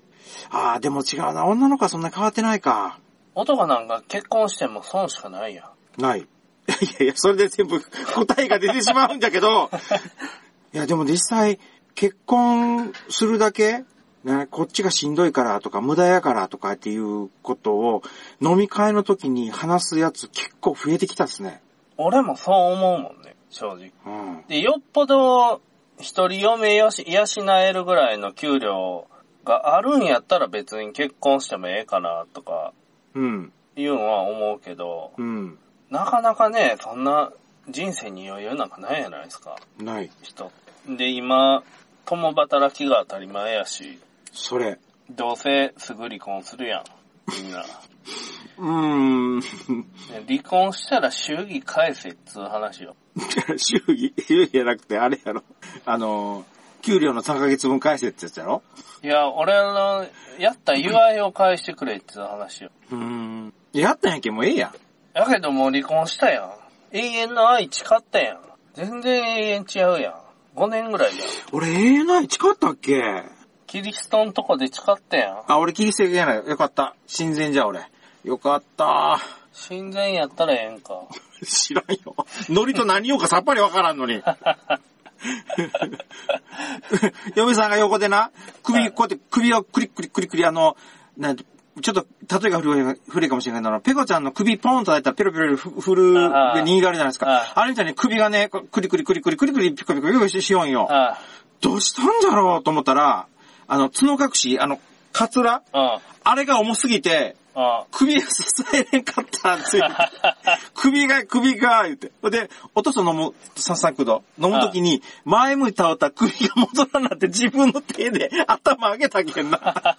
[SPEAKER 2] ああ、でも違うな、女の子はそんな変わってないか。
[SPEAKER 1] 男なんか結婚しても損しかないやん。
[SPEAKER 2] ない。 [LAUGHS] いやいや、それで全部答えが出てしまうんだけど、 [LAUGHS] いや、でも実際、結婚するだけ、ね、こっちがしんどいからとか、無駄やからとかっていうことを、飲み会の時に話すやつ結構増えてきたっすね。
[SPEAKER 1] 俺もそう思うもんね、正直。
[SPEAKER 2] うん。
[SPEAKER 1] で、よっぽど、一人嫁よし、養えるぐらいの給料があるんやったら別に結婚してもええかな、とか、
[SPEAKER 2] うん。
[SPEAKER 1] いうのは思うけど、
[SPEAKER 2] うん。
[SPEAKER 1] なかなかね、そんな人生に余裕なんかないじゃないですか、
[SPEAKER 2] ない。
[SPEAKER 1] 人って。で、今、共働きが当たり前やし、
[SPEAKER 2] それ。
[SPEAKER 1] どうせすぐ離婚するやん、みんな。
[SPEAKER 2] うーん。
[SPEAKER 1] 離婚したら祝儀返せっつう話よ。
[SPEAKER 2] [LAUGHS] 祝儀、祝儀じゃなくて、あれやろ。あのー、給料の3ヶ月分返せってやつやろ
[SPEAKER 1] いや、俺の、やった祝いを返してくれっつう話よ。
[SPEAKER 2] うーん。やったんやけん、もうええやん。
[SPEAKER 1] やけどもう離婚したやん。永遠の愛誓ったやん。全然永遠違うやん。5年ぐらいやん。
[SPEAKER 2] 俺、ええない、誓ったっけ
[SPEAKER 1] キリストんとこで誓ったやん。
[SPEAKER 2] あ、俺、キリスト教じゃない。よかった。親善じゃ、俺。よかった。
[SPEAKER 1] 親善やったらええんか。
[SPEAKER 2] 知らんよ。ノリと何をかさっぱりわからんのに。嫁さんが横でな、首、こうやって首をクリックリクリクリ、あの、なんてちょっと、例えが古い古いかもしれないけどあの、ペコちゃんの首ポンと叩いたらペロペロふ振る
[SPEAKER 1] ああ
[SPEAKER 2] 人があるじゃないです
[SPEAKER 1] あ
[SPEAKER 2] か。あれみたいに首がね、こうクリクリクリクリクリクリピコピコピコしようんよ。
[SPEAKER 1] あ
[SPEAKER 2] どうしたんだろうと思ったら、あの、角隠し、あの、カツラ
[SPEAKER 1] あ、
[SPEAKER 2] あれが重すぎて、
[SPEAKER 1] うん、うん。
[SPEAKER 2] 首が支えれんかったんですよ。首が、首が、言って。ほんで、お父さん飲む、三三九度、飲むときに、前向いて倒った首が戻らなって自分の手で頭上げたけんな。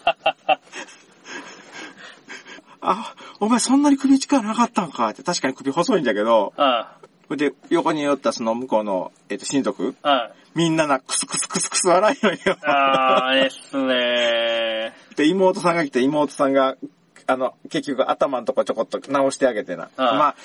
[SPEAKER 2] あ、お前そんなに首力なかったんかって、確かに首細いんだけど、
[SPEAKER 1] あ
[SPEAKER 2] ほんで、横に寄ったその向こうの、えっ、と、親族、
[SPEAKER 1] あ、あ
[SPEAKER 2] みんなな、クスクスクスクス笑いよよ。
[SPEAKER 1] あ、ああ、ええっすね
[SPEAKER 2] で、妹さんが来て、妹さんが、あの、結局頭のとこちょこっと直してあげてな。
[SPEAKER 1] ああ
[SPEAKER 2] まあ、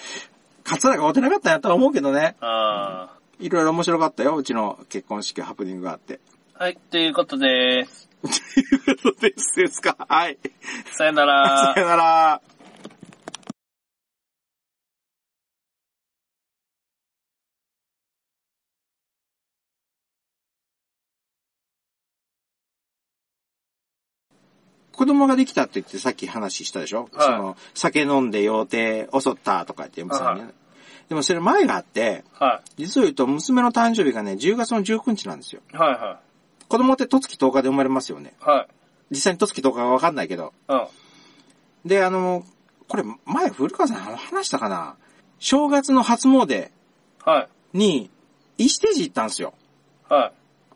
[SPEAKER 2] カツラが合うてなかったんやとは思うけどね。
[SPEAKER 1] あ
[SPEAKER 2] いろいろ面白かったよ、うちの結婚式ハプニングがあって。
[SPEAKER 1] あ。はい、ということです。
[SPEAKER 2] ということですですか。はい。
[SPEAKER 1] さよなら
[SPEAKER 2] さ。よなら。子供ができたって言ってさっき話したでし
[SPEAKER 1] は
[SPEAKER 2] ょ、
[SPEAKER 1] い
[SPEAKER 2] その、酒飲んで妖精襲ったとか言って嫁さんにね、
[SPEAKER 1] は
[SPEAKER 2] でもそれ前があって、
[SPEAKER 1] は
[SPEAKER 2] 実を言うと娘の誕生日がね、10月の19日なんですよ。
[SPEAKER 1] い、はい、は
[SPEAKER 2] 子供って十月10日で生まれますよね。
[SPEAKER 1] い、はい。
[SPEAKER 2] 実際に十月10日はわかんないけど。
[SPEAKER 1] うん。
[SPEAKER 2] で、あの、これ前古川さん話したかな正月の初詣
[SPEAKER 1] はい。
[SPEAKER 2] に、石手寺行ったんですよ。
[SPEAKER 1] はい。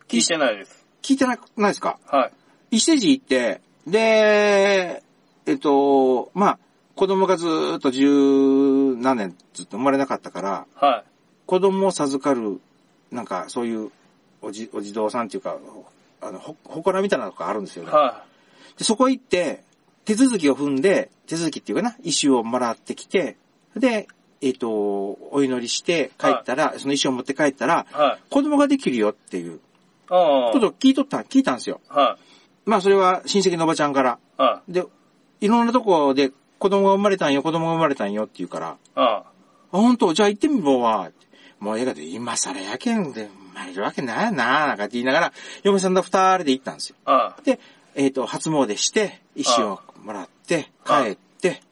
[SPEAKER 1] 聞いてないです。
[SPEAKER 2] 聞いてなくないですか
[SPEAKER 1] はい。
[SPEAKER 2] 石手寺行って、で、えっと、まあ、子供がずーっと十何年ずっと生まれなかったから、
[SPEAKER 1] は
[SPEAKER 2] 子供を授かる、なんかそういうおじ、お児童さんっていうか、あの、ほ、ほこらみたいなのがあるんですよ
[SPEAKER 1] い。
[SPEAKER 2] ね。
[SPEAKER 1] は
[SPEAKER 2] で、そこ行って、手続きを踏んで、手続きっていうかな、石をもらってきて、で、えっ、と、お祈りして帰ったら、その石を持って帰ったら
[SPEAKER 1] い。、はい。
[SPEAKER 2] 子供ができるよっていう
[SPEAKER 1] あ
[SPEAKER 2] ことを聞いとった、聞いたんですよ。
[SPEAKER 1] あ。はい。
[SPEAKER 2] まあそれは親戚のおばちゃんから。
[SPEAKER 1] あ
[SPEAKER 2] で、いろんなとこで子供が生まれたんよ、子供が生まれたんよって言うから、あ、
[SPEAKER 1] あ。あ
[SPEAKER 2] 本当じゃあ行ってみようわ。もう映画で今更やけんで、生まれるわけないやな、なんかって言いながら、嫁さんと二人で行ったんですよ。
[SPEAKER 1] あ。あ
[SPEAKER 2] で、えっ、と、初詣して、石をもらって、
[SPEAKER 1] あ
[SPEAKER 2] 帰って、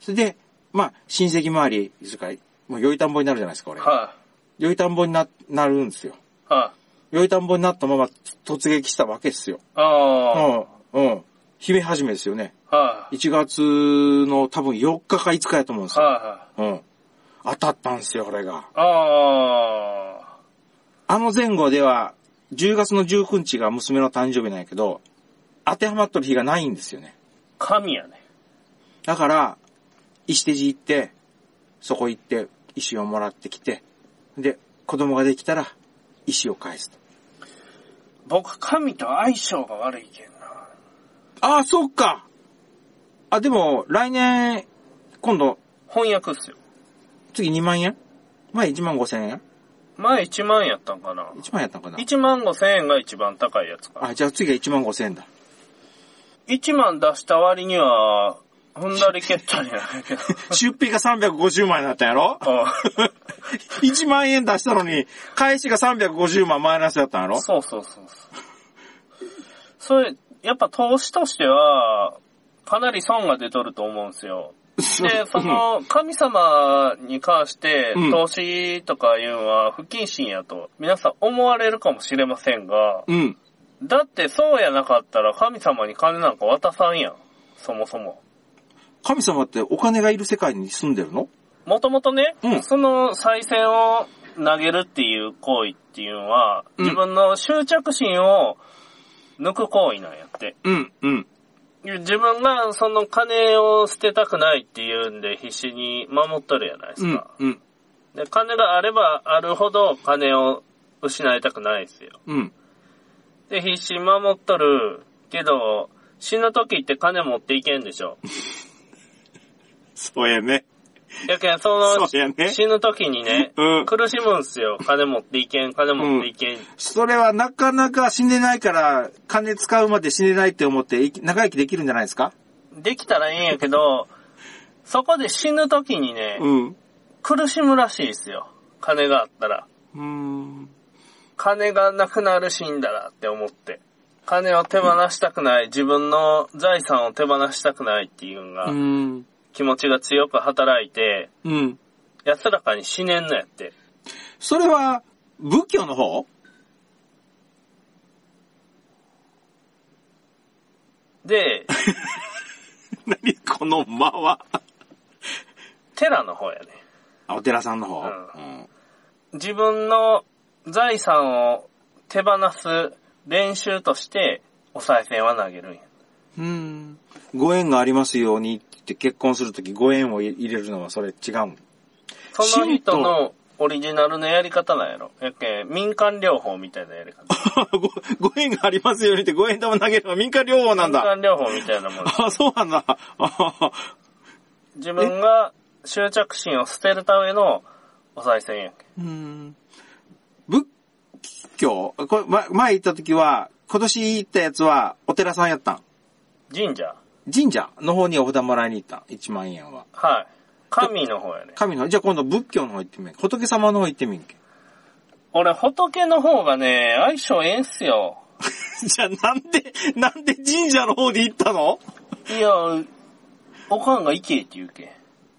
[SPEAKER 2] それで、まあ、親戚周り、それから、もう、よい田んぼになるじゃないですか、俺
[SPEAKER 1] あ。。は
[SPEAKER 2] よい田んぼにな、なるんですよ。
[SPEAKER 1] い。は
[SPEAKER 2] よい田んぼになったまま突撃したわけですよ。
[SPEAKER 1] い。あ
[SPEAKER 2] うん、うん。姫始めですよね。
[SPEAKER 1] あ。はい。
[SPEAKER 2] 1月の多分4日か5日やと思うんですよ。
[SPEAKER 1] は
[SPEAKER 2] うん。当たったんですよ、俺が。
[SPEAKER 1] い。ああ。
[SPEAKER 2] あの前後では、10月の19日が娘の誕生日なんやけど、当てはまっとる日がないんですよね。
[SPEAKER 1] 神やね。
[SPEAKER 2] だから、石手寺行って、そこ行って、石をもらってきて、で、子供ができたら、石を返すと。
[SPEAKER 1] 僕、神と相性が悪いけんな。
[SPEAKER 2] ああ、そっかあ、でも、来年、今度、
[SPEAKER 1] 翻訳っすよ。
[SPEAKER 2] 次2万円前1万5千円
[SPEAKER 1] 前1万やったんかな。
[SPEAKER 2] ?1 万やったのかな
[SPEAKER 1] 1万5千円が一番高いやつかな。
[SPEAKER 2] あ、じゃあ次が1万5千円だ。
[SPEAKER 1] 1万出した割には、踏んだり蹴ったりやない
[SPEAKER 2] [LAUGHS]
[SPEAKER 1] けど。
[SPEAKER 2] 出費が350万円だったんやろ ?1 万円出したのに、返しが350万マイナスだったんやろ [LAUGHS]
[SPEAKER 1] そうそうそうそう。それ、やっぱ投資としては、かなり損が出とると思うんですよ。で、その、神様に関して
[SPEAKER 2] うん、
[SPEAKER 1] 投資とかいうのは不謹慎やと、皆さん思われるかもしれませんが、
[SPEAKER 2] うん。
[SPEAKER 1] だってそうやなかったら神様に金なんか渡さんやん。そもそも。
[SPEAKER 2] 神様ってお金がいる世界に住んでるの
[SPEAKER 1] もともとね、
[SPEAKER 2] うん
[SPEAKER 1] その再選を投げるっていう行為っていうのは、
[SPEAKER 2] うん
[SPEAKER 1] 自分の執着心を抜く行為なんやって。
[SPEAKER 2] うん、うん。
[SPEAKER 1] 自分がその金を捨てたくないっていうんで必死に守っとるやないです
[SPEAKER 2] うん
[SPEAKER 1] か。、
[SPEAKER 2] うん、
[SPEAKER 1] で金があればあるほど金を失いたくないですよ。
[SPEAKER 2] うん、
[SPEAKER 1] で、必死に守っとるけど、死ぬ時って金持っていけんでし
[SPEAKER 2] [LAUGHS]
[SPEAKER 1] ょ。
[SPEAKER 2] そうやね。
[SPEAKER 1] やけん、その、
[SPEAKER 2] そうやね
[SPEAKER 1] 死ぬ時にね、
[SPEAKER 2] うん
[SPEAKER 1] 苦しむんすよ。金持っていけん、金持っていけん。
[SPEAKER 2] それはなかなか死んでないから、金使うまで死ねないって思って生き、長生きできるんじゃないですか
[SPEAKER 1] できたらいいんやけど、そこで死ぬ時にね、
[SPEAKER 2] うん。
[SPEAKER 1] 苦しむらしいですよ。金があったら。
[SPEAKER 2] うん。
[SPEAKER 1] 金がなくなる死んだらって思って。金を手放したくない、自分の財産を手放したくないっていうのが、
[SPEAKER 2] うん。
[SPEAKER 1] 気持ちが強く働いて、
[SPEAKER 2] うん。
[SPEAKER 1] 安らかに死ねんのやって。
[SPEAKER 2] それは、仏教の方
[SPEAKER 1] で、
[SPEAKER 2] 何この間は。
[SPEAKER 1] 寺の方やね。
[SPEAKER 2] あ、お寺さんの方。
[SPEAKER 1] う
[SPEAKER 2] うん。
[SPEAKER 1] 自分の財産を手放す練習として、お賽銭は投げるんや。
[SPEAKER 2] うん。ご縁がありますようにって結婚するときご縁を入れるのはそれ違うん。
[SPEAKER 1] その人のオリジナルのやり方なんやろ。やけん民間療法みたいなやり方。
[SPEAKER 2] [LAUGHS] ご、ご縁がありますようにってご縁玉投げるのは民間療法なんだ。
[SPEAKER 1] 民間療法みたいな
[SPEAKER 2] [LAUGHS]
[SPEAKER 1] もん。
[SPEAKER 2] あ、そうなんだ。あ
[SPEAKER 1] 自分が執着心を捨てるためのお賽銭やけ
[SPEAKER 2] うん。仏教これ、ま、前行った時は、今年行ったやつはお寺さんやったん。
[SPEAKER 1] ん。神社。
[SPEAKER 2] 神社の方にお札もらいに行ったん。1万円は。
[SPEAKER 1] はい。神の方やね。
[SPEAKER 2] 神の、じゃあ今度仏教の方行ってみん仏様の方行ってみんけ。
[SPEAKER 1] 俺、仏の方がね、相性ええんすよ。
[SPEAKER 2] [LAUGHS] じゃあなんで、なんで神社の方で行ったの
[SPEAKER 1] いや、おかんが行けって言うけ。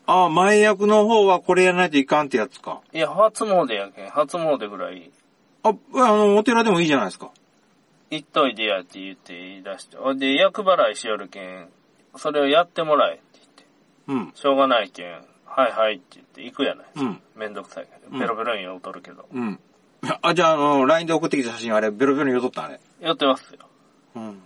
[SPEAKER 2] ああ、前役の方はこれやらないといかんってやつか。
[SPEAKER 1] いや、初詣やけん。初詣ぐらい
[SPEAKER 2] あ、あの、お寺でもいいじゃないですか。
[SPEAKER 1] 行っといでやって言って言い出して。ほんで、厄払いしよるけん、それをやってもらえって言って。
[SPEAKER 2] うん。
[SPEAKER 1] しょうがないけん、はいはいって言って行くやない。
[SPEAKER 2] うん。
[SPEAKER 1] めんどくさいけ
[SPEAKER 2] う
[SPEAKER 1] ど。
[SPEAKER 2] ん
[SPEAKER 1] ベロベロに酔うとるけど。
[SPEAKER 2] うん。あ、じゃあ、あの、LINE で送ってきた写真あれ、ベロベロに寄っとったんあれ。
[SPEAKER 1] 酔ってますよ。
[SPEAKER 2] うん。